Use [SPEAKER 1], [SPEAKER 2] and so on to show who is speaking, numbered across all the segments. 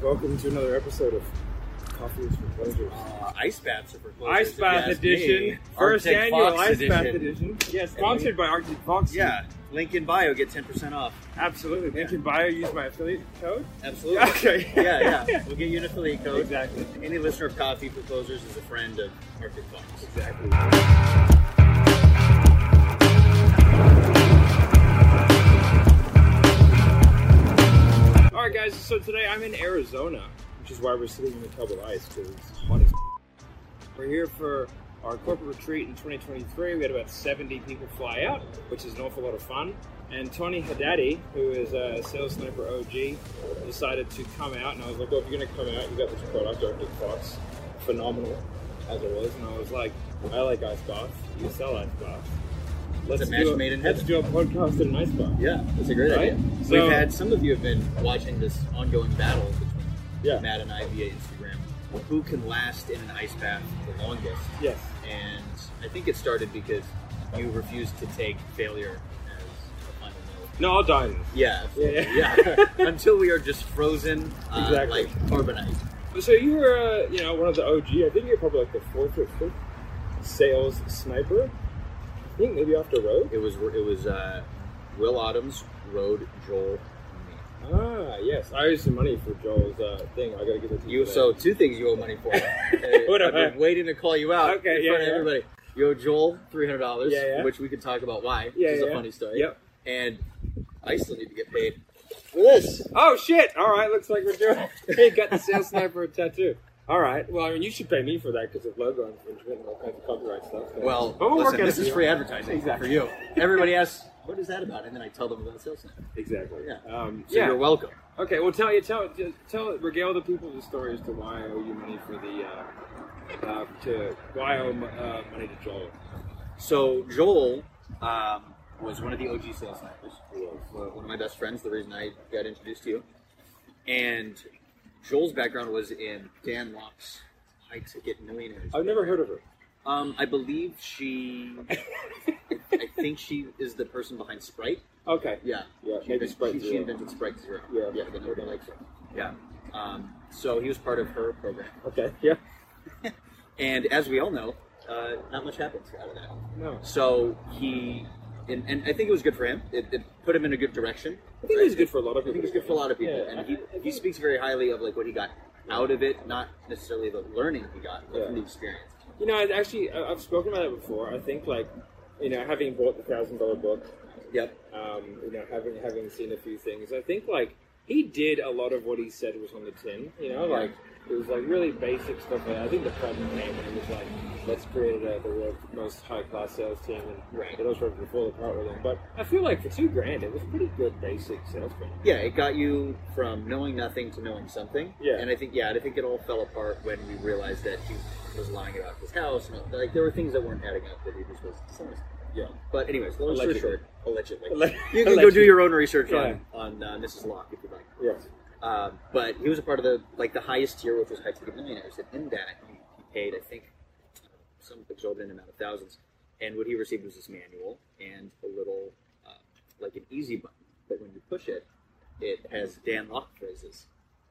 [SPEAKER 1] Welcome to another episode of Coffee is for Pleasures.
[SPEAKER 2] Uh, ice baths are for closers,
[SPEAKER 3] Ice
[SPEAKER 2] if you
[SPEAKER 3] Bath
[SPEAKER 2] ask
[SPEAKER 3] Edition,
[SPEAKER 2] me.
[SPEAKER 3] first
[SPEAKER 2] Arctic
[SPEAKER 3] annual
[SPEAKER 2] Fox
[SPEAKER 3] Ice Bath
[SPEAKER 2] Edition.
[SPEAKER 3] Edition. Yeah, sponsored by Arctic Fox.
[SPEAKER 2] Yeah, link in bio, get 10% off.
[SPEAKER 3] absolutely. Link in bio. Use my affiliate code.
[SPEAKER 2] Absolutely.
[SPEAKER 3] Okay.
[SPEAKER 2] yeah, yeah. We'll get you an affiliate code.
[SPEAKER 3] Exactly.
[SPEAKER 2] Any listener of Coffee for Closers is a friend of Arctic Fox.
[SPEAKER 3] Exactly. All right, guys. So today I'm in Arizona.
[SPEAKER 1] Which is why we're sitting in a tub of ice because it's fun as
[SPEAKER 3] We're here for our corporate retreat in 2023. We had about 70 people fly out, which is an awful lot of fun. And Tony Haddadi, who is a sales sniper OG, decided to come out, and I was like,
[SPEAKER 1] Like, well, if you're gonna come out, you got this product, Arctic Fox, phenomenal as it was, and I was like, I like ice baths. You sell ice baths. Let's
[SPEAKER 2] a match
[SPEAKER 1] do
[SPEAKER 2] made in
[SPEAKER 1] Let's do a podcast in an ice bath.
[SPEAKER 2] Yeah, that's a great
[SPEAKER 1] Right?
[SPEAKER 2] idea.
[SPEAKER 3] So-
[SPEAKER 2] We've had some of you have been watching this ongoing battle between
[SPEAKER 1] Yeah.
[SPEAKER 2] Matt and I via Instagram. Who can last in an ice bath the longest?
[SPEAKER 1] Yes.
[SPEAKER 2] And I think it started because you refused to take failure as a final note.
[SPEAKER 3] "No, I'll die." in this."
[SPEAKER 2] Yeah,
[SPEAKER 3] Yeah.
[SPEAKER 2] yeah. Until we are just frozen, uh,
[SPEAKER 1] Exactly.
[SPEAKER 2] like carbonite.
[SPEAKER 3] So you were, uh, you know,
[SPEAKER 1] One of the OG, I think you're probably like the fourth or fifth sales sniper. I think maybe off the road.
[SPEAKER 2] It was it was uh, Will Autumn's Road Joel. and
[SPEAKER 1] Ah, yes. I owe some money for Joel's uh, thing. I gotta get it to
[SPEAKER 2] me. You so two things you owe money for.
[SPEAKER 3] What
[SPEAKER 2] Uh, I've
[SPEAKER 3] am I?
[SPEAKER 2] been waiting to call you out
[SPEAKER 3] Okay,
[SPEAKER 2] in
[SPEAKER 3] yeah,
[SPEAKER 2] front of
[SPEAKER 3] yeah.
[SPEAKER 2] everybody. You owe Joel three hundred dollars,
[SPEAKER 1] Yeah, yeah.
[SPEAKER 2] which we could talk about why.
[SPEAKER 3] Yeah,
[SPEAKER 2] which is
[SPEAKER 3] yeah.
[SPEAKER 2] a funny story.
[SPEAKER 3] Yep.
[SPEAKER 2] And I still need to get paid for this.
[SPEAKER 3] oh shit! All right, looks like we're doing. Hey, got the sales sniper tattoo. All right. Well, I mean, you should pay me for that because of logo infringement and all kinds of copyright stuff.
[SPEAKER 2] Well,
[SPEAKER 3] But we'll work
[SPEAKER 2] listen,
[SPEAKER 3] out
[SPEAKER 2] this
[SPEAKER 3] a
[SPEAKER 2] is
[SPEAKER 3] deal.
[SPEAKER 2] free advertising for you. Everybody asks, "What is that about?" And then I tell them about sales. Center.
[SPEAKER 3] exactly.
[SPEAKER 2] Yeah.
[SPEAKER 3] Um,
[SPEAKER 2] So you're welcome.
[SPEAKER 3] Okay, well, tell you tell tell regale the people the story as to why I owe you money for the uh, uh, to why I owe uh, money to Joel.
[SPEAKER 2] So Joel um, was one of the OG sales snipers. He was One of my best friends. The reason I got introduced to you. And Joel's background was in Dan Locke's High Ticket Millionaires.
[SPEAKER 1] I've never heard of her.
[SPEAKER 2] Um, I believe she. I think she is the person behind Sprite.
[SPEAKER 3] Okay,
[SPEAKER 2] Yeah.
[SPEAKER 1] Yeah,
[SPEAKER 2] She
[SPEAKER 1] maybe
[SPEAKER 2] invent-
[SPEAKER 1] Sprite
[SPEAKER 2] she, she
[SPEAKER 1] Zero.
[SPEAKER 2] invented Sprite Zero.
[SPEAKER 1] Yeah.
[SPEAKER 2] Yeah. The number like Yeah. Um, so he was part of her program,
[SPEAKER 1] Okay. Yeah.
[SPEAKER 2] and as we all know, uh, not much happens out of that.
[SPEAKER 1] No.
[SPEAKER 2] So he, and, and I think it was good for him. It, it put him in a good direction.
[SPEAKER 1] I think it was good for a lot of
[SPEAKER 2] I think
[SPEAKER 1] people.
[SPEAKER 2] it was good for a lot of people,
[SPEAKER 1] Yeah,
[SPEAKER 2] and
[SPEAKER 1] I-
[SPEAKER 2] he,
[SPEAKER 1] I
[SPEAKER 2] he
[SPEAKER 1] think-
[SPEAKER 2] speaks very highly of like what he got out of it, not necessarily the learning he got but from
[SPEAKER 1] Yeah.
[SPEAKER 2] the experience.
[SPEAKER 1] You know, I've actually, I- I've spoken about it before. I think, like, you know, having bought the thousand dollar book,
[SPEAKER 2] Yep.
[SPEAKER 1] um, you know, having having seen a few things, I think like he did a lot of what he said was on the tin. You know,
[SPEAKER 2] Yeah.
[SPEAKER 1] like it was like really basic stuff. Like, I think the problem came when it was like, let's create uh, the world's most high class sales team, and
[SPEAKER 2] Right.
[SPEAKER 1] it all started to fall apart with him. But I feel like for two grand, it was pretty good basic sales training.
[SPEAKER 2] Yeah, it got you from knowing nothing to knowing something.
[SPEAKER 1] Yeah.
[SPEAKER 2] And I think yeah, I think it all fell apart when we realized that he was lying about his house and all- like there were things that weren't adding up that he just was dishonest.
[SPEAKER 1] Yeah.
[SPEAKER 2] But anyways, long story
[SPEAKER 1] Allegedly.
[SPEAKER 2] short, allegedly,
[SPEAKER 1] Alleg-
[SPEAKER 2] you can go do
[SPEAKER 1] allegedly.
[SPEAKER 2] your own research
[SPEAKER 1] Yeah.
[SPEAKER 2] on on uh, Mrs. Locke if you'd like.
[SPEAKER 1] Yeah.
[SPEAKER 2] Um, but he was a part of the like the highest tier, which was high ticket millionaires. And in that, he, he paid I think some exorbitant amount of thousands. And what he received was this manual and a little uh, like an easy button, but when you push it, it has Dan Locke phrases,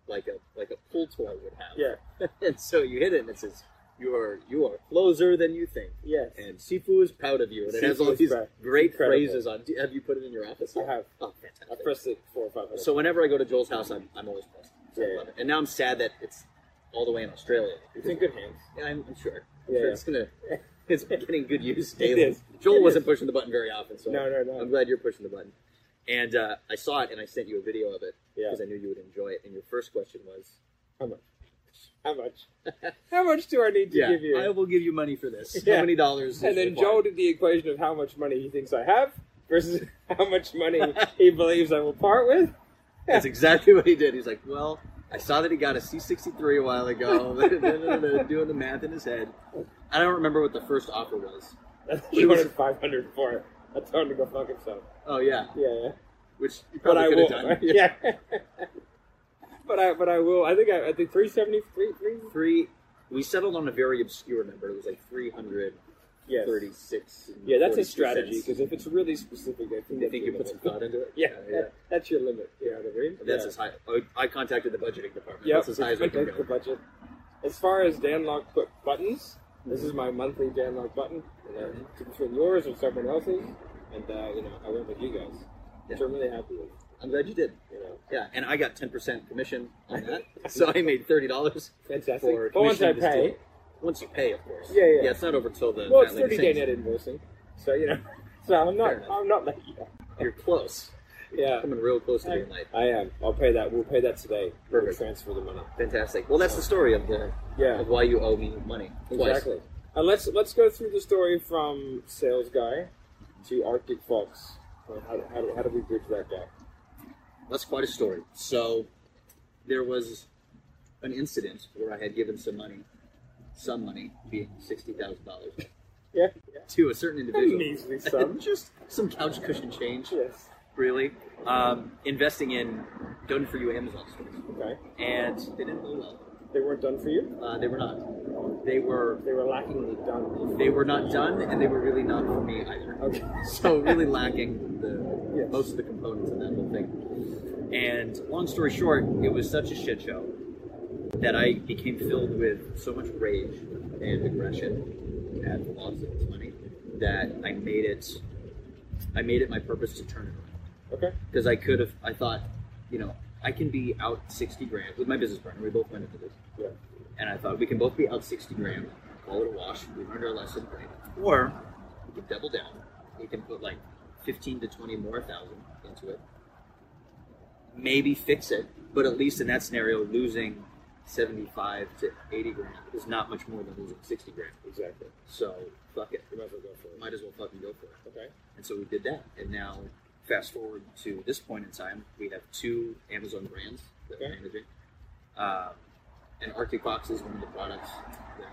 [SPEAKER 2] like a like a pull toy would have.
[SPEAKER 1] Yeah.
[SPEAKER 2] and so you hit it, and it says you are you are closer than you think.
[SPEAKER 1] Yes.
[SPEAKER 2] And Sifu is proud of you, and it has
[SPEAKER 1] Sifu
[SPEAKER 2] all
[SPEAKER 1] is
[SPEAKER 2] these
[SPEAKER 1] proud.
[SPEAKER 2] great
[SPEAKER 1] Incredible. Uh,
[SPEAKER 2] phrases on. do- Have you put it in your office?
[SPEAKER 1] I have.
[SPEAKER 2] Oh,
[SPEAKER 1] I
[SPEAKER 2] fantastic!
[SPEAKER 1] pressed it four or five. hundred
[SPEAKER 2] So whenever I go to Joel's house, I'm, I'm always blessed. So I
[SPEAKER 1] Yeah,
[SPEAKER 2] love
[SPEAKER 1] yeah.
[SPEAKER 2] it. And now I'm sad that it's all the way in Australia.
[SPEAKER 1] It's in good hands.
[SPEAKER 2] Yeah, I'm, I'm sure. I'm
[SPEAKER 1] Yeah,
[SPEAKER 2] sure
[SPEAKER 1] yeah.
[SPEAKER 2] it's gonna it's getting good use daily.
[SPEAKER 1] is.
[SPEAKER 2] Joel
[SPEAKER 1] It
[SPEAKER 2] wasn't pushing the button very often, so
[SPEAKER 1] No, no, no.
[SPEAKER 2] I'm glad you're pushing the button. And uh, I saw it, and I sent you a video of it
[SPEAKER 1] Yeah.
[SPEAKER 2] because I knew you would enjoy it. And your first question was,
[SPEAKER 1] How much? How much? how much do I need to give you?
[SPEAKER 2] I will give you money for this.
[SPEAKER 1] Yeah.
[SPEAKER 2] How many dollars?" is
[SPEAKER 1] and then
[SPEAKER 2] required?"
[SPEAKER 1] Joel did the equation of how much money he thinks I have versus how much money he believes I will part with.
[SPEAKER 2] That's exactly what he did. He's like, well, I saw that he got a C63 a while ago, doing the math in his head. I don't remember what the first offer was.
[SPEAKER 1] He wanted five hundred for it. I told him to go fuck himself.
[SPEAKER 2] Oh yeah,
[SPEAKER 1] Yeah, yeah.
[SPEAKER 2] which you
[SPEAKER 1] But
[SPEAKER 2] probably
[SPEAKER 1] I
[SPEAKER 2] could have
[SPEAKER 1] will.
[SPEAKER 2] done.
[SPEAKER 1] Yeah. but I but I will. I think I, I think three seventy three three.
[SPEAKER 2] Three. We settled on a very obscure number. It was like 300
[SPEAKER 1] Yes.
[SPEAKER 2] 36. and
[SPEAKER 1] Yeah, that's a
[SPEAKER 2] 42
[SPEAKER 1] strategy
[SPEAKER 2] cents.
[SPEAKER 1] because if it's really specific, I think,
[SPEAKER 2] I think you put some thought into it.
[SPEAKER 1] Yeah,
[SPEAKER 2] yeah.
[SPEAKER 1] that- that's your limit. You know what I mean?
[SPEAKER 2] That's as high. I- I contacted the budgeting department.
[SPEAKER 1] yeah.
[SPEAKER 2] That's as high as I can
[SPEAKER 1] That's the
[SPEAKER 2] go.
[SPEAKER 1] budget. As far as Danlock put buttons, this
[SPEAKER 2] Mm-hmm.
[SPEAKER 1] is my monthly Danlock button. You know, between yours or someone else's, and uh, you know, I went with you guys, which
[SPEAKER 2] Yeah.
[SPEAKER 1] I'm really happy with.
[SPEAKER 2] I'm glad you did.
[SPEAKER 1] You know,
[SPEAKER 2] Yeah, and I got 10% commission on that, so I made thirty dollars.
[SPEAKER 1] fantastic.
[SPEAKER 2] For
[SPEAKER 1] but once I
[SPEAKER 2] commission is
[SPEAKER 1] pay,
[SPEAKER 2] due. Once you pay, of course.
[SPEAKER 1] Yeah, yeah.
[SPEAKER 2] Yeah, it's not over till the.
[SPEAKER 1] well, it's
[SPEAKER 2] Atlanta
[SPEAKER 1] thirty day
[SPEAKER 2] Saints.
[SPEAKER 1] net invoicing, so you know, so I'm not,
[SPEAKER 2] Fair enough.
[SPEAKER 1] I'm not like you.
[SPEAKER 2] You're close.
[SPEAKER 1] Yeah,
[SPEAKER 2] Coming real close to being late.
[SPEAKER 1] I am. I'll pay that. We'll pay that today. We'll
[SPEAKER 2] Perfect.
[SPEAKER 1] transfer the money.
[SPEAKER 2] Fantastic. Well, that's the story of the
[SPEAKER 1] Yeah.
[SPEAKER 2] of why you owe me money. Twice.
[SPEAKER 1] Exactly. And let's let's go through the story from sales guy to Arctic Fox. Uh, How, how, do- how do we bridge that gap?
[SPEAKER 2] That's quite a story. So there was an incident where I had given some money, some money, being sixty thousand dollars,
[SPEAKER 1] Yeah,
[SPEAKER 2] to a certain
[SPEAKER 1] yeah.
[SPEAKER 2] individual.
[SPEAKER 1] measly sum.
[SPEAKER 2] just some couch cushion change,
[SPEAKER 1] yes.
[SPEAKER 2] really. Um, investing in done for you Amazon stores,
[SPEAKER 1] Okay.
[SPEAKER 2] and they didn't go well.
[SPEAKER 1] They weren't done for you.
[SPEAKER 2] Uh, they were not. They were.
[SPEAKER 1] They were lacking the done.
[SPEAKER 2] They were not done, and they were really not for me either.
[SPEAKER 1] Okay.
[SPEAKER 2] so really lacking the
[SPEAKER 1] Yes.
[SPEAKER 2] most of the components of that whole thing. And long story short, it was such a shit show that I became filled with so much rage and aggression at the loss of this money that I made it. I made it my purpose to turn it around
[SPEAKER 1] Okay.
[SPEAKER 2] because I could have. I thought, you know, I can be out sixty grand with my business partner. We both went into this,
[SPEAKER 1] Yeah.
[SPEAKER 2] and I thought we can both be out sixty grand. Call it a wash. We learned our lesson, great. Or we can double down. We can put like fifteen to twenty more thousand into it. Maybe fix it, but at least in that scenario, losing seventy-five to eighty grand is not much more than losing sixty grand.
[SPEAKER 1] Exactly.
[SPEAKER 2] So fuck it.
[SPEAKER 1] You might as well go for it.
[SPEAKER 2] Might as well fucking go for it.
[SPEAKER 1] Okay.
[SPEAKER 2] And so we did that. And now, fast forward to this point in time, we have two Amazon brands that we're
[SPEAKER 1] Okay.
[SPEAKER 2] managing. Um, and Arctic Box is one of the products that we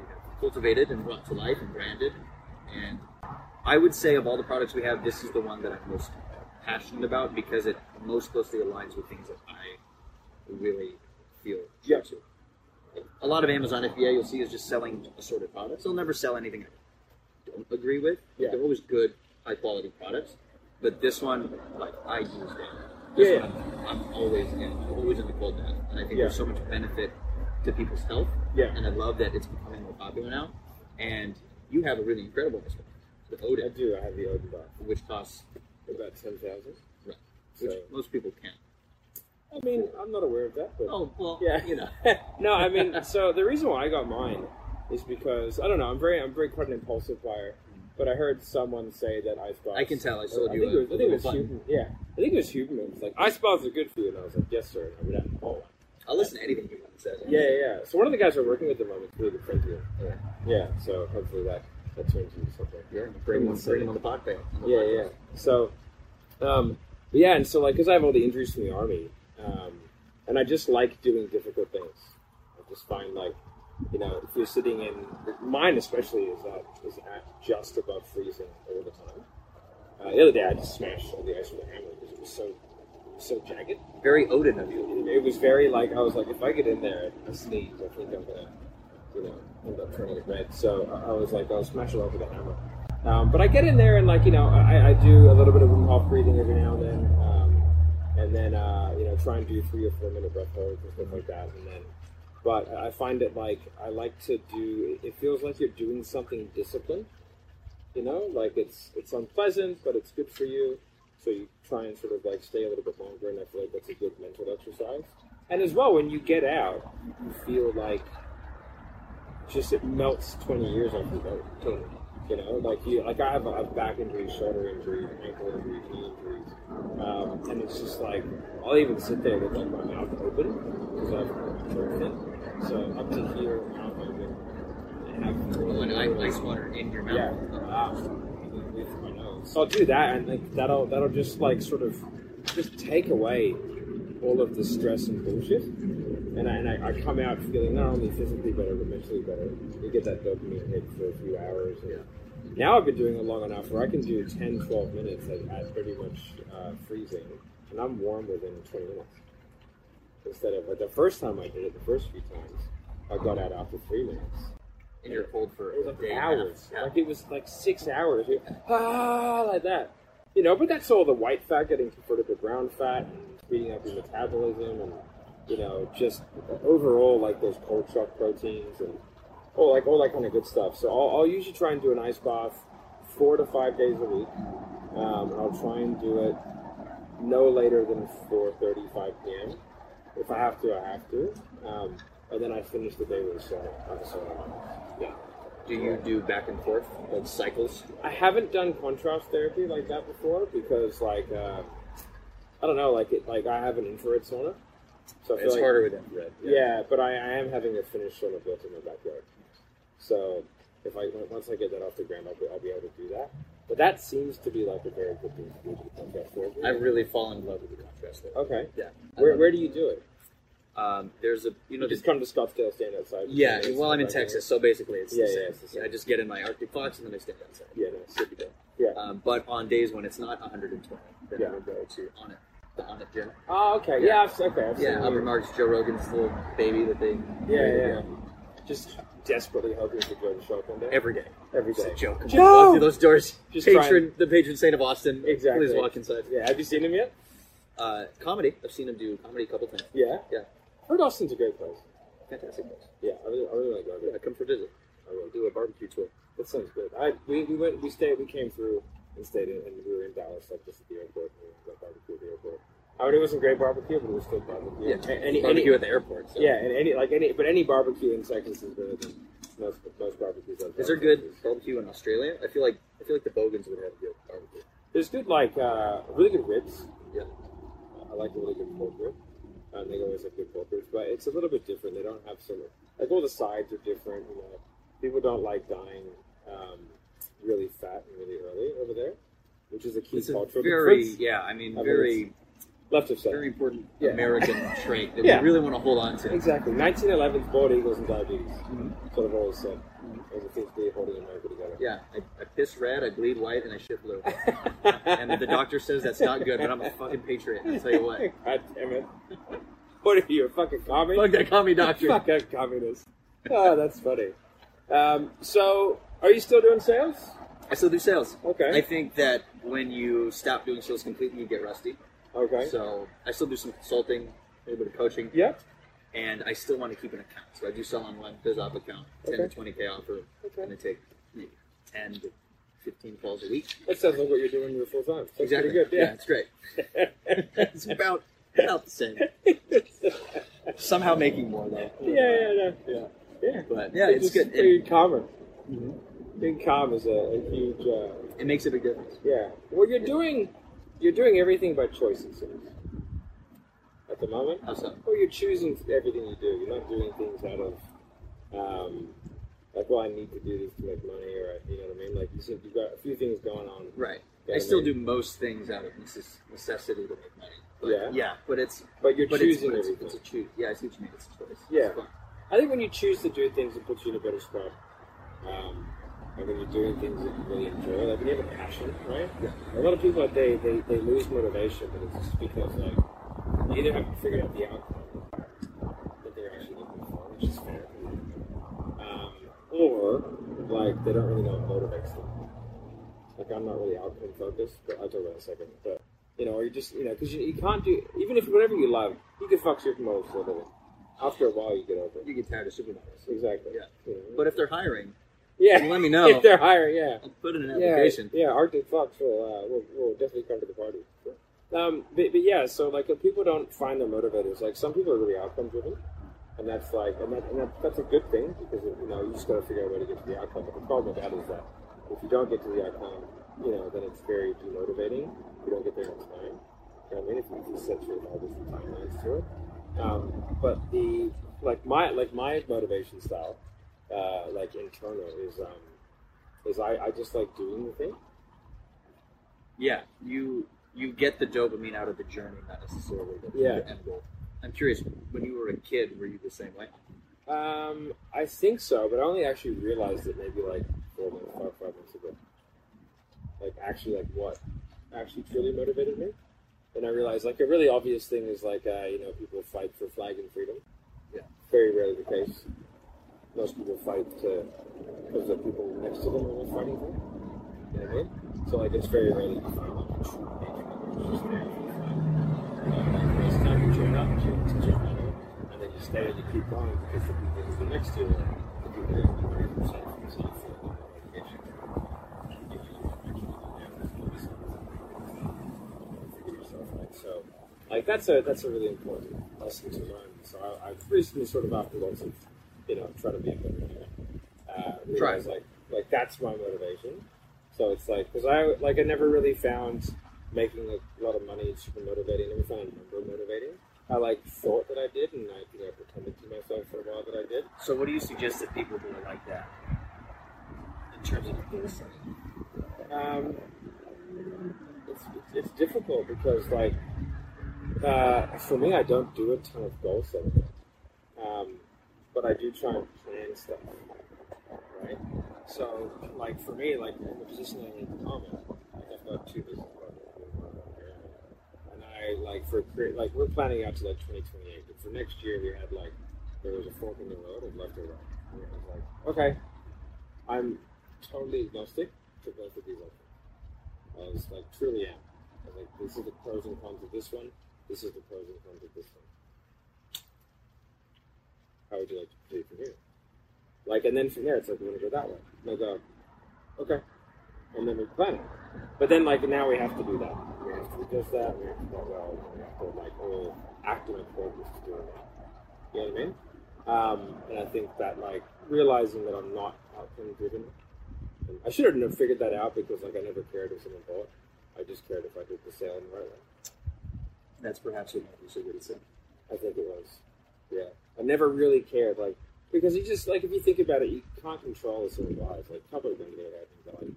[SPEAKER 2] have cultivated and brought to life and branded. And I would say, of all the products we have, this is the one that I'm most passionate about because it most closely aligns with things that I really feel true
[SPEAKER 1] Yeah.
[SPEAKER 2] to. A lot of Amazon FBA you'll see is just selling assorted products. They'll never sell anything don't agree with.
[SPEAKER 1] Yeah.
[SPEAKER 2] They're always good, high quality products. But this one, like I use it. This
[SPEAKER 1] Yeah,
[SPEAKER 2] one, I'm, I'm always in, I'm always in the cold bath, and I think
[SPEAKER 1] Yeah.
[SPEAKER 2] there's so much benefit to people's health.
[SPEAKER 1] Yeah.
[SPEAKER 2] And I love that it's becoming more popular now. And you have a really incredible response, the
[SPEAKER 1] I
[SPEAKER 2] Odin,
[SPEAKER 1] do. I have the Odin bar.
[SPEAKER 2] which costs,
[SPEAKER 1] About ten thousand.
[SPEAKER 2] Right.
[SPEAKER 1] So
[SPEAKER 2] which most people can't.
[SPEAKER 1] I mean, I'm not aware of that, but
[SPEAKER 2] Oh well,
[SPEAKER 1] Yeah.
[SPEAKER 2] you know.
[SPEAKER 1] no, I mean, so the reason why I got mine is because I don't know. I'm very, I'm very quite an impulsive buyer, but I heard someone say that icebox.
[SPEAKER 2] I can tell. I sold
[SPEAKER 1] I
[SPEAKER 2] you
[SPEAKER 1] think
[SPEAKER 2] a,
[SPEAKER 1] it was, I think
[SPEAKER 2] little
[SPEAKER 1] it was
[SPEAKER 2] button.
[SPEAKER 1] Huberman. Yeah, I think it was Huberman. was like icebox are good for you, and I was like, yes, sir. And I oh, would have to call one.
[SPEAKER 2] I'll listen to anything you want to say.
[SPEAKER 1] Yeah, yeah, yeah. So one of the guys we're working with at the moment is really good friend here.
[SPEAKER 2] Yeah.
[SPEAKER 1] Yeah. So hopefully that that turns into something.
[SPEAKER 2] Yeah, bring one, bring him on the podcast.
[SPEAKER 1] Yeah, yeah. So, um, but yeah, and so like, because I have all the injuries from the army, um, and I just like doing difficult things. I just find like, you know, if you're sitting in mine, especially is at is at just above freezing all the time. Uh, the other day, I just smashed all the ice with a hammer because it was so so jagged.
[SPEAKER 2] Very Odin of you.
[SPEAKER 1] It, it was very like I was like, if I get in there and sneeze, I think I'm gonna, you know, end up turning red. So I, I was like, I'll smash it off with a hammer. Um, but I get in there and like you know, I, I do a little bit of Wim Hof breathing every now and then, um, and then uh, you know, try and do three or four minute breath holds and stuff like that, and then. But I I find it like I like to do. It feels like you're doing something disciplined, you know. Like it's it's unpleasant, but it's good for you. So you try and sort of like stay a little bit longer, and I feel like that's a good mental exercise. And as well, when you get out, you feel like just it melts twenty years off the boat. Totally. You know, like you, like I have a, a back injury, shoulder injury, ankle injury, knee injuries, um, and it's just like I'll even sit there with like my mouth open because I've jerk thin, so up to here, mouth open, and have
[SPEAKER 2] Oh, and I ice water in your mouth. uh,
[SPEAKER 1] yeah. Um, with my nose. So I'll do that, and like that'll that'll just like sort of just take away all of the stress and bullshit, and I, and I, I come out feeling not only physically better but mentally better. You get that dopamine hit for a few hours. And Now I've been doing it long enough where I can do 10, 12 minutes at, at pretty much uh, freezing, and I'm warm within 20 minutes. Instead of like the first time I did it, the first few times, I got out after three minutes.
[SPEAKER 2] and you're cold for
[SPEAKER 1] It was
[SPEAKER 2] a
[SPEAKER 1] like
[SPEAKER 2] day and a half.
[SPEAKER 1] hours.
[SPEAKER 2] Yeah.
[SPEAKER 1] Like it was like six hours. You- Ah, like that. You know, but that's all the white fat getting converted to brown fat and speeding up your metabolism and you know, just overall like those cold shock proteins and all like all that kind of good stuff. So I'll, I'll usually try and do an ice bath four to five days a week. Um, and I'll try and do it no later than 4:35 p.m. If I have to, I have to. Um, and then I finish the day with a sauna. a sauna. Yeah.
[SPEAKER 2] Do you do back and forth like cycles?
[SPEAKER 1] I haven't done contrast therapy like that before because, like, uh, I don't know, like it, like I have an infrared sauna, so I feel
[SPEAKER 2] It's
[SPEAKER 1] like,
[SPEAKER 2] harder with infrared.
[SPEAKER 1] Yeah, but I, I am having a finished sauna built in my backyard, so if I on- once I get that off the ground, I'll be, I'll be able to do that. But that seems to be like a very good thing to do. Like that for
[SPEAKER 2] I really fall in love with the contrast there.
[SPEAKER 1] okay.
[SPEAKER 2] Yeah.
[SPEAKER 1] Uh, Where, where do you do it?
[SPEAKER 2] Um, there's a you know
[SPEAKER 1] You
[SPEAKER 2] the
[SPEAKER 1] just come to Scottsdale, stand outside.
[SPEAKER 2] Yeah,
[SPEAKER 1] It's
[SPEAKER 2] well, I'm in
[SPEAKER 1] like-
[SPEAKER 2] Texas, so basically it's
[SPEAKER 1] Yeah,
[SPEAKER 2] the
[SPEAKER 1] yeah,
[SPEAKER 2] same.
[SPEAKER 1] it's the same.
[SPEAKER 2] I just get in my Arctic box and then I stand outside.
[SPEAKER 1] Yeah, nice.
[SPEAKER 2] Should be good.
[SPEAKER 1] Yeah.
[SPEAKER 2] Um, but on days when it's not 120, then
[SPEAKER 1] Yeah.
[SPEAKER 2] I will go to on it, the on it gym.
[SPEAKER 1] Oh, okay. Yeah.
[SPEAKER 2] Yeah.
[SPEAKER 1] I've, okay. I've
[SPEAKER 2] Yeah,
[SPEAKER 1] seen
[SPEAKER 2] Upper
[SPEAKER 1] you.
[SPEAKER 2] Marks, Joe Rogan's little baby that they
[SPEAKER 1] yeah, yeah, yeah. Just desperately hoping to go to shop one day.
[SPEAKER 2] every day.
[SPEAKER 1] Every
[SPEAKER 2] It's
[SPEAKER 1] day.
[SPEAKER 2] a joke.
[SPEAKER 1] Joe!
[SPEAKER 2] Walk through those doors.
[SPEAKER 1] Just
[SPEAKER 2] patron, the patron saint of Austin.
[SPEAKER 1] Exactly.
[SPEAKER 2] Please walk inside.
[SPEAKER 1] Yeah, have you seen him yet?
[SPEAKER 2] Uh, comedy. I've seen him do comedy a couple times.
[SPEAKER 1] Yeah.
[SPEAKER 2] Yeah.
[SPEAKER 1] Heard Austin's a great place.
[SPEAKER 2] Fantastic. place.
[SPEAKER 1] Yeah, I really, I really like
[SPEAKER 2] Yeah,
[SPEAKER 1] Austin.
[SPEAKER 2] come for a visit.
[SPEAKER 1] I will.
[SPEAKER 2] Do a barbecue tour.
[SPEAKER 1] That sounds good. I we, we went we stayed we came through and stayed in and we were in Dallas like just at the airport and we got barbecue at the airport. I mean it wasn't great barbecue, but it was good barbecue.
[SPEAKER 2] Yeah.
[SPEAKER 1] A- Any,
[SPEAKER 2] barbecue
[SPEAKER 1] any,
[SPEAKER 2] at the airport. So.
[SPEAKER 1] yeah, and any like any but any barbecue in Texas is better than most most barbecues. I've
[SPEAKER 2] Is there
[SPEAKER 1] done.
[SPEAKER 2] good barbecue in Australia? I feel like I feel like the Bogans would have good barbecue.
[SPEAKER 1] There's good like uh, really good ribs.
[SPEAKER 2] Yeah.
[SPEAKER 1] I like a really good pork rib. Um, they always have good pork ribs, but it's a little bit different. They don't have so much. Like all the sides are different. You know, people don't like dying um, really fat and really early over there, which is a key
[SPEAKER 2] It's a
[SPEAKER 1] cultural
[SPEAKER 2] very
[SPEAKER 1] difference.
[SPEAKER 2] yeah, I mean
[SPEAKER 1] I mean,
[SPEAKER 2] very
[SPEAKER 1] Left of center.
[SPEAKER 2] very important
[SPEAKER 1] Yeah.
[SPEAKER 2] American trait that
[SPEAKER 1] Yeah.
[SPEAKER 2] we really want to hold on to.
[SPEAKER 1] Exactly. 1911's bald eagles and diabetes.
[SPEAKER 2] Mhm.
[SPEAKER 1] Sort of always said.
[SPEAKER 2] Mhm.
[SPEAKER 1] It was a thing to be holding America together.
[SPEAKER 2] Yeah, I, I piss red, I bleed white, and I shit blue. and the doctor says that's not good, but I'm a fucking patriot. I tell you what,
[SPEAKER 1] God damn it. What are you, a fucking commie?
[SPEAKER 2] fuck that commie doctor.
[SPEAKER 1] Fuck that communist. Oh, that's funny. Um, so, are you still doing sales?
[SPEAKER 2] I still do sales. I
[SPEAKER 1] Okay.
[SPEAKER 2] think that when you stop doing sales completely, you get rusty.
[SPEAKER 1] Okay.
[SPEAKER 2] So I still do some consulting, a little bit of coaching.
[SPEAKER 1] Yep.
[SPEAKER 2] and I still want to keep an account. So I do sell on one BizOp account, 10
[SPEAKER 1] Okay.
[SPEAKER 2] to 20K offer.
[SPEAKER 1] Okay.
[SPEAKER 2] I'm going to take maybe 10 to 15 calls a week.
[SPEAKER 1] That sounds like what you're doing your full time. That's pretty good.
[SPEAKER 2] it's great. It's about, about the same. Somehow making more, though.
[SPEAKER 1] yeah, yeah, yeah. Yeah. yeah.
[SPEAKER 2] But yeah, it's
[SPEAKER 1] just
[SPEAKER 2] good. It, Mm-hmm.
[SPEAKER 1] Being calmer. Being calm is a, a huge. Uh,
[SPEAKER 2] it makes a big difference.
[SPEAKER 1] yeah. Well, you're doing, you're doing everything by choice. It seems. At the moment.
[SPEAKER 2] How so?
[SPEAKER 1] Well, you're choosing everything you do. You're not doing things out of, um, like, well, I need to do this to make money, or you know what I mean. Like, you seem, you've got a few things going on.
[SPEAKER 2] Right.
[SPEAKER 1] Yeah,
[SPEAKER 2] I still
[SPEAKER 1] mean,
[SPEAKER 2] do most things out of necess- necessity to make money. But,
[SPEAKER 1] Yeah.
[SPEAKER 2] But it's,
[SPEAKER 1] but you're
[SPEAKER 2] but it's,
[SPEAKER 1] choosing
[SPEAKER 2] but it's,
[SPEAKER 1] everything.
[SPEAKER 2] it's a choose. Yeah, I see what you mean. It's a choice. It's
[SPEAKER 1] Yeah.
[SPEAKER 2] fun.
[SPEAKER 1] I think when you choose to do things, it puts you in a better spot. Um, and when you're doing things that you really enjoy, like when you have a passion, right? A lot of people they they, they lose motivation, but it's just because like they either haven't figured out the outcome that they're actually looking for, which is fair, um, or like they don't really know what motivates them. Like I'm not really outcome focused, but I'll talk about it in a second. But you know, or you just you know, because you, you can't do even if whatever you love, you can fuck supermodels literally. After a while, you get over it.
[SPEAKER 2] You get tired of supermodels.
[SPEAKER 1] Exactly.
[SPEAKER 2] Yeah.
[SPEAKER 1] You know?
[SPEAKER 2] But if they're hiring,
[SPEAKER 1] yeah,
[SPEAKER 2] let me know.
[SPEAKER 1] if they're hiring, yeah.
[SPEAKER 2] I'll put in an
[SPEAKER 1] Yeah,
[SPEAKER 2] application.
[SPEAKER 1] yeah, Arctic Fox will, uh, will, will definitely come to the party. Um, but, but yeah, so like if people don't find their motivators, like some people are really outcome driven, and that's like, and, that, and that, that's a good thing because you know you just got to figure out a way to get to the outcome. But the problem with that is that if you don't get to the outcome, you know, then it's very demotivating. You don't get there on time. You know what I mean? If you, if you set your all different timelines to it. Um, but the like my like my motivation style, uh, like internal is um, is I, I just like doing the thing.
[SPEAKER 2] yeah, you you get the dopamine out of the journey, not necessarily the,
[SPEAKER 1] Yeah.
[SPEAKER 2] the end goal. I'm curious, when you were a kid, were you the same way?
[SPEAKER 1] Um, I think so, but I only actually realized it maybe like four months, five, five months ago. Like actually, like what actually truly motivated me, and I realized like a really obvious thing is like uh, you know people fight for flag and freedom.
[SPEAKER 2] Yeah.
[SPEAKER 1] very rarely the case. most people fight to because the people next to them are fighting for. You know what I mean? So like it's very rare that you find like a true major member who's just there for the fight. Uh, Most time you join up, you join to join up, and then you stay and you keep going because the people who are next to you, the people who are very percent from the side feel like they're engaged. You know, you want to make sure that they're there, there's always something. Figure yourself out. So like that's a that's a really important lesson to learn. So I, I've recently sort of after lots of you know try to be a better human. Uh, realize, like like that's my motivation. So it's like because I like I never really found making a lot of money super motivating. I never found a number motivating. I like thought that I did, and I you know pretended to myself for a while that I did.
[SPEAKER 2] So, what do you suggest that people do like that in terms of listening?
[SPEAKER 1] Um, it's, it's difficult because, like, uh, for me, I don't do a ton of goal setting, um, but I do try and plan stuff, right? So, like, for me, like, in the position I'm in at the moment, like, I've got two business partners, and I like for cre- like we're planning out to like 2028, but for next year we had like there was a fork in the road of left or right, and it was like, okay, I'm totally agnostic to both of these options. I was like, truly am. I was like, this is the pros and cons of this one. This is the pros and cons of this one. How would you like to proceed from here? Like, and then from there, it's like, we want to go that way. And I go, okay. And then we plan it. But then, like, now we have to do that. We have to do just that. We have to go well. We have to, like, all act in accordance to doing that. You know what I mean? Um, and I think that, like, realizing that I'm not outcome driven and I should have figured that out because like I never cared if someone bought. I just cared if I did the sale in the right way.
[SPEAKER 2] That's perhaps what you should have said.
[SPEAKER 1] I think it was. Yeah. I never really cared, like because you just like if you think about it, you can't control a someone buys. Like probably gonna get it but like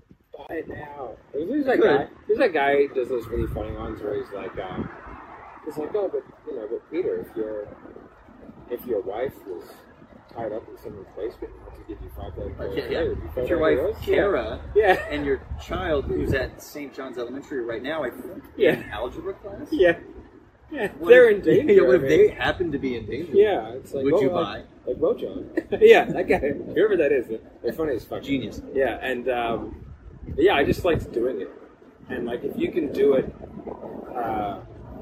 [SPEAKER 1] buy it now. There's, there's that guy there's that guy who does those really funny ones where he's like um he's like, Oh, but you know, but Peter, if your if your wife was tied up in someone's basement and had to give you five thousand dollars,
[SPEAKER 2] Yeah, yeah.
[SPEAKER 1] would you
[SPEAKER 2] If
[SPEAKER 1] pay
[SPEAKER 2] your
[SPEAKER 1] that
[SPEAKER 2] wife
[SPEAKER 1] to yours?
[SPEAKER 2] Kara
[SPEAKER 1] Yeah.
[SPEAKER 2] and your child who's at St. John's Elementary right now, I think,
[SPEAKER 1] Yeah.
[SPEAKER 2] in algebra class,
[SPEAKER 1] Yeah. Yeah.
[SPEAKER 2] What
[SPEAKER 1] They're in
[SPEAKER 2] if-
[SPEAKER 1] danger.
[SPEAKER 2] Yeah, what if
[SPEAKER 1] I
[SPEAKER 2] they
[SPEAKER 1] mean.
[SPEAKER 2] happen to be in danger?
[SPEAKER 1] Yeah, it's like
[SPEAKER 2] would
[SPEAKER 1] well,
[SPEAKER 2] you
[SPEAKER 1] like,
[SPEAKER 2] buy?
[SPEAKER 1] like Mojo? yeah, that guy, whoever that is, they're funny as fuck.
[SPEAKER 2] Genius.
[SPEAKER 1] Yeah, and um, yeah, I just liked doing it, and like if you can do it uh,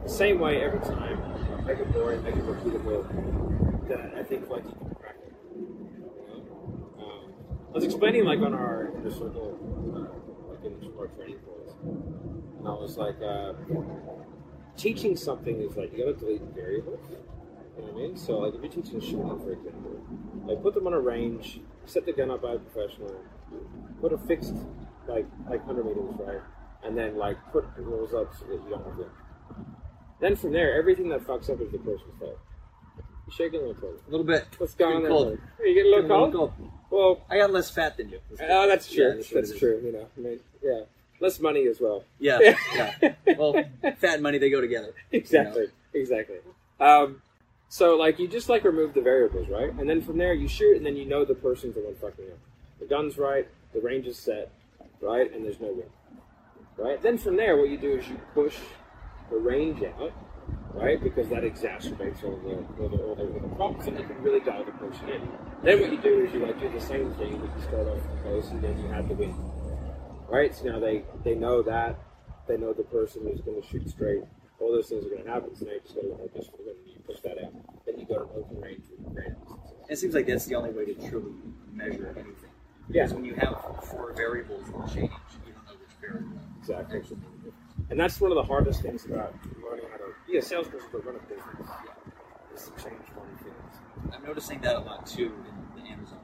[SPEAKER 1] same way every time, make it boring, make it repeatable. Then I think like you can crack it. you know? Um, I was explaining like on our inner circle, uh, like in our training calls, and I was like, uh, teaching something is like you gotta delete variables. You know what I mean? So like if you're teaching shooting, for example, like put them on a range, set the gun up by a professional, put a fixed like like hundred meters, right? And then like put the rules up so that you don't have them. Then from there, everything that fucks up is the person's fault. You're shaking a little cold.
[SPEAKER 2] A little bit.
[SPEAKER 1] What's going on there?
[SPEAKER 2] Getting cold.
[SPEAKER 1] bud? You getting a little cold? Well,
[SPEAKER 2] I got less fat than you.
[SPEAKER 1] oh, that's
[SPEAKER 2] Yeah,
[SPEAKER 1] true.
[SPEAKER 2] that's
[SPEAKER 1] that's
[SPEAKER 2] what it is.
[SPEAKER 1] true. You know, I mean, yeah, less money as well.
[SPEAKER 2] Yeah, yeah. Well, fat and money, they go together.
[SPEAKER 1] exactly, exactly. Um, so like you just like remove the variables, right? And then from there you shoot, and then you know the person's the one fucking up. The gun's right, the range is set, right, and there's no win, right? Then from there, what you do is you push the range out, right, because that exacerbates all the all the, all the, all the problems, and you can really dial the person in. Then what you do is you like do the same thing, but you start off close, and then you have the win, right? So now they they know that they know the person who's going to shoot straight. All those things are going to happen. So now you just go to an open field and you push that out. Then you go to an open range with great distances.
[SPEAKER 2] It seems like that's the only way to truly measure anything.
[SPEAKER 1] Yeah.
[SPEAKER 2] Because when you have four variables that change, you don't know which variable
[SPEAKER 1] Exactly.
[SPEAKER 2] actually made the difference.
[SPEAKER 1] And that's one of the hardest things about learning how to be a salesperson but run a business. Yeah. Is to change one things.
[SPEAKER 2] I'm noticing that a lot too in the Amazon.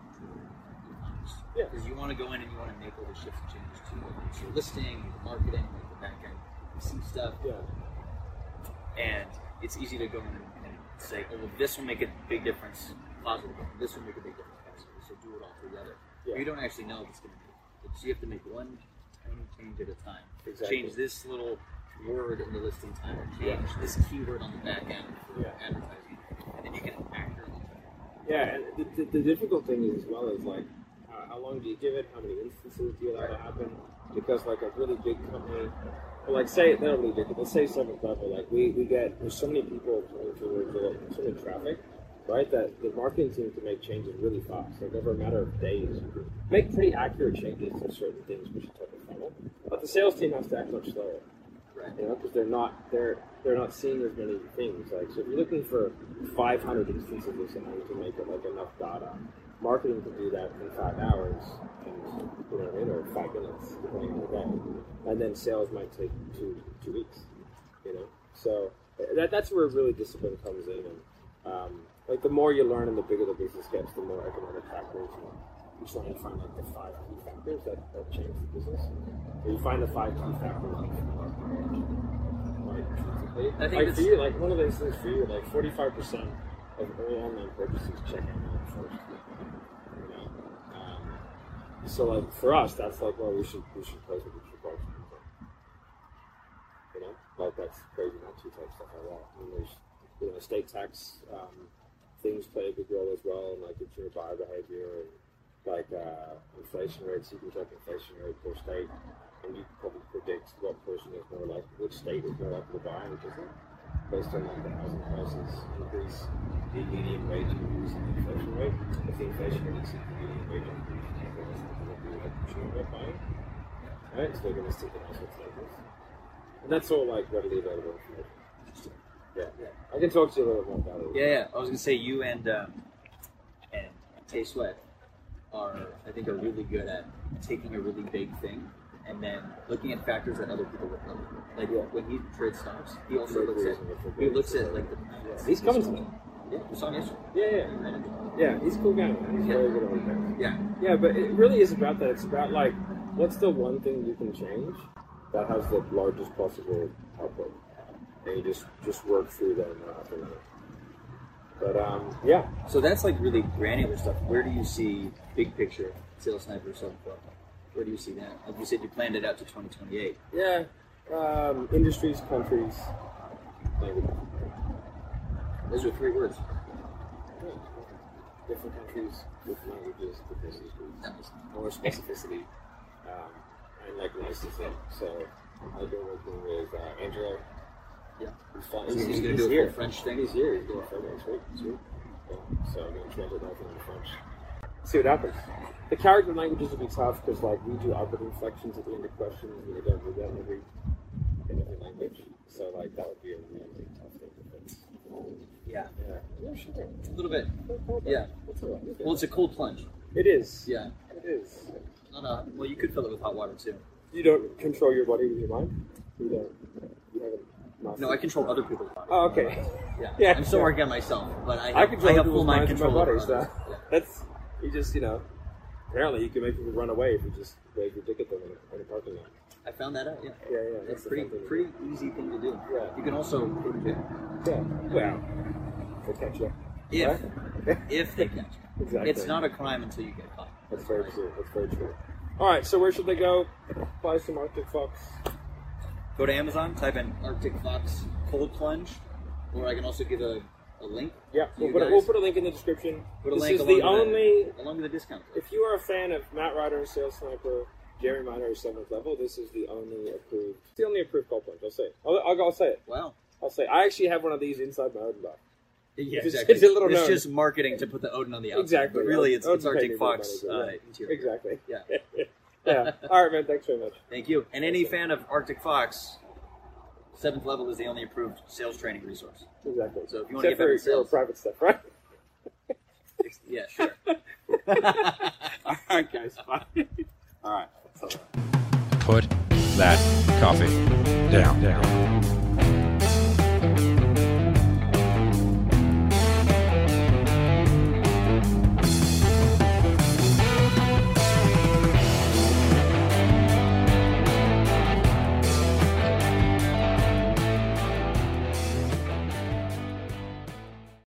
[SPEAKER 1] Yeah.
[SPEAKER 2] Because you want to go in and you want to make all the shifts and changes to whether it's your listing, your marketing, like the back end, some stuff.
[SPEAKER 1] Yeah.
[SPEAKER 2] And it's easy to go in and, and say, oh, well, this will make a big difference positive, and this will make a big difference positive. So do it all together.
[SPEAKER 1] Yeah.
[SPEAKER 2] You don't actually know if it's going to make So you have to make one tiny change at a time.
[SPEAKER 1] Exactly.
[SPEAKER 2] Change this little word in the listing title,
[SPEAKER 1] Yeah.
[SPEAKER 2] change this keyword on the back end for
[SPEAKER 1] Yeah.
[SPEAKER 2] advertising, and then you can accurately
[SPEAKER 1] Yeah. And the, the, the difficult thing is as well is like how, how long do you give it? How many instances do you allow to happen? Because like a really big company, well, like say not a really big, but let's say Seven Clever, like we, we get there's so many people coming through, there's a lot- so much traffic. right? That the marketing team can make changes really fast, like over a matter of days. Make pretty accurate changes to certain things which are type of funnel. But the sales team has to act much slower.
[SPEAKER 2] Right.
[SPEAKER 1] You know, because they're not they're they're not seeing as many things. Like so if you're looking for five hundred instances of something to make it like enough data. Marketing can do that in five hours and you know what I mean, or five minutes, depending on the day. And then sales might take two two weeks. You know? So that, that's where really discipline comes in and um, like the more you learn and the bigger the business gets, the more economic factors. You, you try and find like the five key factors that, that change the business. So you find the five key factors. Like, like,
[SPEAKER 2] I think
[SPEAKER 1] like
[SPEAKER 2] it's-
[SPEAKER 1] for you, like one of those things for you, like forty-five percent of all online purchases check out first. You know, um, so like for us, that's like well, we should we should close with we should close with you know, like that's crazy not to take stuff like that. And there's, you know, state tax um, things play a big role as well, and like consumer buyer behavior and like uh, inflation rates. You can check inflation rate per state, and you can probably predict what person is more likely, which state is more likely to buy and which isn't, based on like the housing prices increase, the median wage increase, and the inflation rate. If the inflation rate exceeds the median wage increase, then that's something that we like consumer about buying. Right, so they're going to stick it out with staples. And that's all like readily available information. Yeah. yeah. I can talk to you a little bit more about it.
[SPEAKER 2] Yeah, yeah. I was gonna say you and um, and Tay Sweat are, I think, are really good at taking a really big thing and then looking at factors that other people would look at. Like
[SPEAKER 1] Yeah.
[SPEAKER 2] when he trades stocks, he also looks at he looks at like the
[SPEAKER 1] Yeah. He's coming to me.
[SPEAKER 2] Yeah, we saw him yesterday.
[SPEAKER 1] Yeah, yeah. Yeah, he's a cool guy. man. He's
[SPEAKER 2] Yeah.
[SPEAKER 1] very good at what he does.
[SPEAKER 2] Yeah,
[SPEAKER 1] Yeah, but it really is about that. It's about like, what's the one thing you can change that has the largest possible output, and you just just work through that and not have to know. But um, yeah,
[SPEAKER 2] so that's like really granular stuff. Where do you see big picture sales sniper seven four? Where do you see that? Like you said, you planned it out to twenty twenty eight.
[SPEAKER 1] yeah. Um, industries, countries, languages.
[SPEAKER 2] Those are three words.
[SPEAKER 1] different countries with languages, different industries.
[SPEAKER 2] That was-
[SPEAKER 1] more specificity um, and like licensing. So I've been working with uh, Angelo.
[SPEAKER 2] Yeah.
[SPEAKER 1] He's, fun.
[SPEAKER 2] He's,
[SPEAKER 1] he's,
[SPEAKER 2] gonna do a
[SPEAKER 1] here.
[SPEAKER 2] full French thing.
[SPEAKER 1] He's here. He's doing a next week. Yeah. So I'm going to translate everything into French. See what happens. The character languages will be tough because like we do outward inflections at the end of questions and we don't do that in every, in every language. So like that would be a really tough thing to fix.
[SPEAKER 2] Yeah,
[SPEAKER 1] Yeah. Yeah, sure.
[SPEAKER 2] a little bit.
[SPEAKER 1] Cool.
[SPEAKER 2] Yeah.
[SPEAKER 1] That's all right.
[SPEAKER 2] Well, it's a cold plunge.
[SPEAKER 1] It is.
[SPEAKER 2] Yeah.
[SPEAKER 1] It is.
[SPEAKER 2] Not a, well, you could fill it with hot water too.
[SPEAKER 1] You don't control your body with your mind. You don't. You haven't. mastered-
[SPEAKER 2] No, I control other people's bodies.
[SPEAKER 1] Oh, okay.
[SPEAKER 2] Yeah.
[SPEAKER 1] Yeah,
[SPEAKER 2] I'm still
[SPEAKER 1] yeah.
[SPEAKER 2] working on myself, but I have,
[SPEAKER 1] I control
[SPEAKER 2] I have full
[SPEAKER 1] people's
[SPEAKER 2] mind
[SPEAKER 1] minds with my
[SPEAKER 2] control. over
[SPEAKER 1] body, so.
[SPEAKER 2] others. Yeah.
[SPEAKER 1] That's you just you know. Apparently, you can make people run away if you just wave your dick at them in a, in a parking lot.
[SPEAKER 2] I found that out. Yeah.
[SPEAKER 1] Yeah, yeah.
[SPEAKER 2] It's
[SPEAKER 1] That's
[SPEAKER 2] pretty
[SPEAKER 1] the fun thing.
[SPEAKER 2] pretty easy thing to do.
[SPEAKER 1] Yeah.
[SPEAKER 2] You can also go to jail
[SPEAKER 1] Yeah. Well, they catch you.
[SPEAKER 2] if
[SPEAKER 1] Right?
[SPEAKER 2] if they catch you.
[SPEAKER 1] exactly.
[SPEAKER 2] It's not a crime until you get caught.
[SPEAKER 1] That's very true. That's very true. All right. So where should they go? Buy some Arctic Fox.
[SPEAKER 2] Go to Amazon, type in Arctic Fox cold plunge, or I can also give a, a link
[SPEAKER 1] Yeah.
[SPEAKER 2] To
[SPEAKER 1] We'll
[SPEAKER 2] you
[SPEAKER 1] put, a,
[SPEAKER 2] guys.
[SPEAKER 1] we'll put a link in the description.
[SPEAKER 2] Put a
[SPEAKER 1] this
[SPEAKER 2] link
[SPEAKER 1] is
[SPEAKER 2] along
[SPEAKER 1] the
[SPEAKER 2] with
[SPEAKER 1] only
[SPEAKER 2] along with a discount. code.
[SPEAKER 1] If you are a fan of Matt Ryder, Sales Sniper, Jerry Minor, or Seventh Level, this is the only approved. It's the only approved call point. I'll say it. I'll, I'll, I'll say it.
[SPEAKER 2] Wow.
[SPEAKER 1] I'll say. It. I actually have one of these inside my Odin box.
[SPEAKER 2] Yeah,
[SPEAKER 1] It's-
[SPEAKER 2] exactly.
[SPEAKER 1] it's a little
[SPEAKER 2] It's
[SPEAKER 1] known.
[SPEAKER 2] just marketing to put the Odin on the outside.
[SPEAKER 1] Exactly.
[SPEAKER 2] But really, it's, it's
[SPEAKER 1] Odin
[SPEAKER 2] Arctic
[SPEAKER 1] painting
[SPEAKER 2] Fox
[SPEAKER 1] with
[SPEAKER 2] uh,
[SPEAKER 1] money,
[SPEAKER 2] interior.
[SPEAKER 1] Exactly.
[SPEAKER 2] Yeah.
[SPEAKER 1] yeah. All right, man. Thanks very much.
[SPEAKER 2] Thank you. And any fan of Arctic Fox, seventh level is the only approved sales training resource.
[SPEAKER 1] Exactly.
[SPEAKER 2] So if you want
[SPEAKER 1] Except
[SPEAKER 2] to get
[SPEAKER 1] for
[SPEAKER 2] better
[SPEAKER 1] your
[SPEAKER 2] at sales,
[SPEAKER 1] private stuff, right?
[SPEAKER 2] yeah, sure.
[SPEAKER 1] All right, guys. Bye. All right.
[SPEAKER 4] Put that coffee down. down.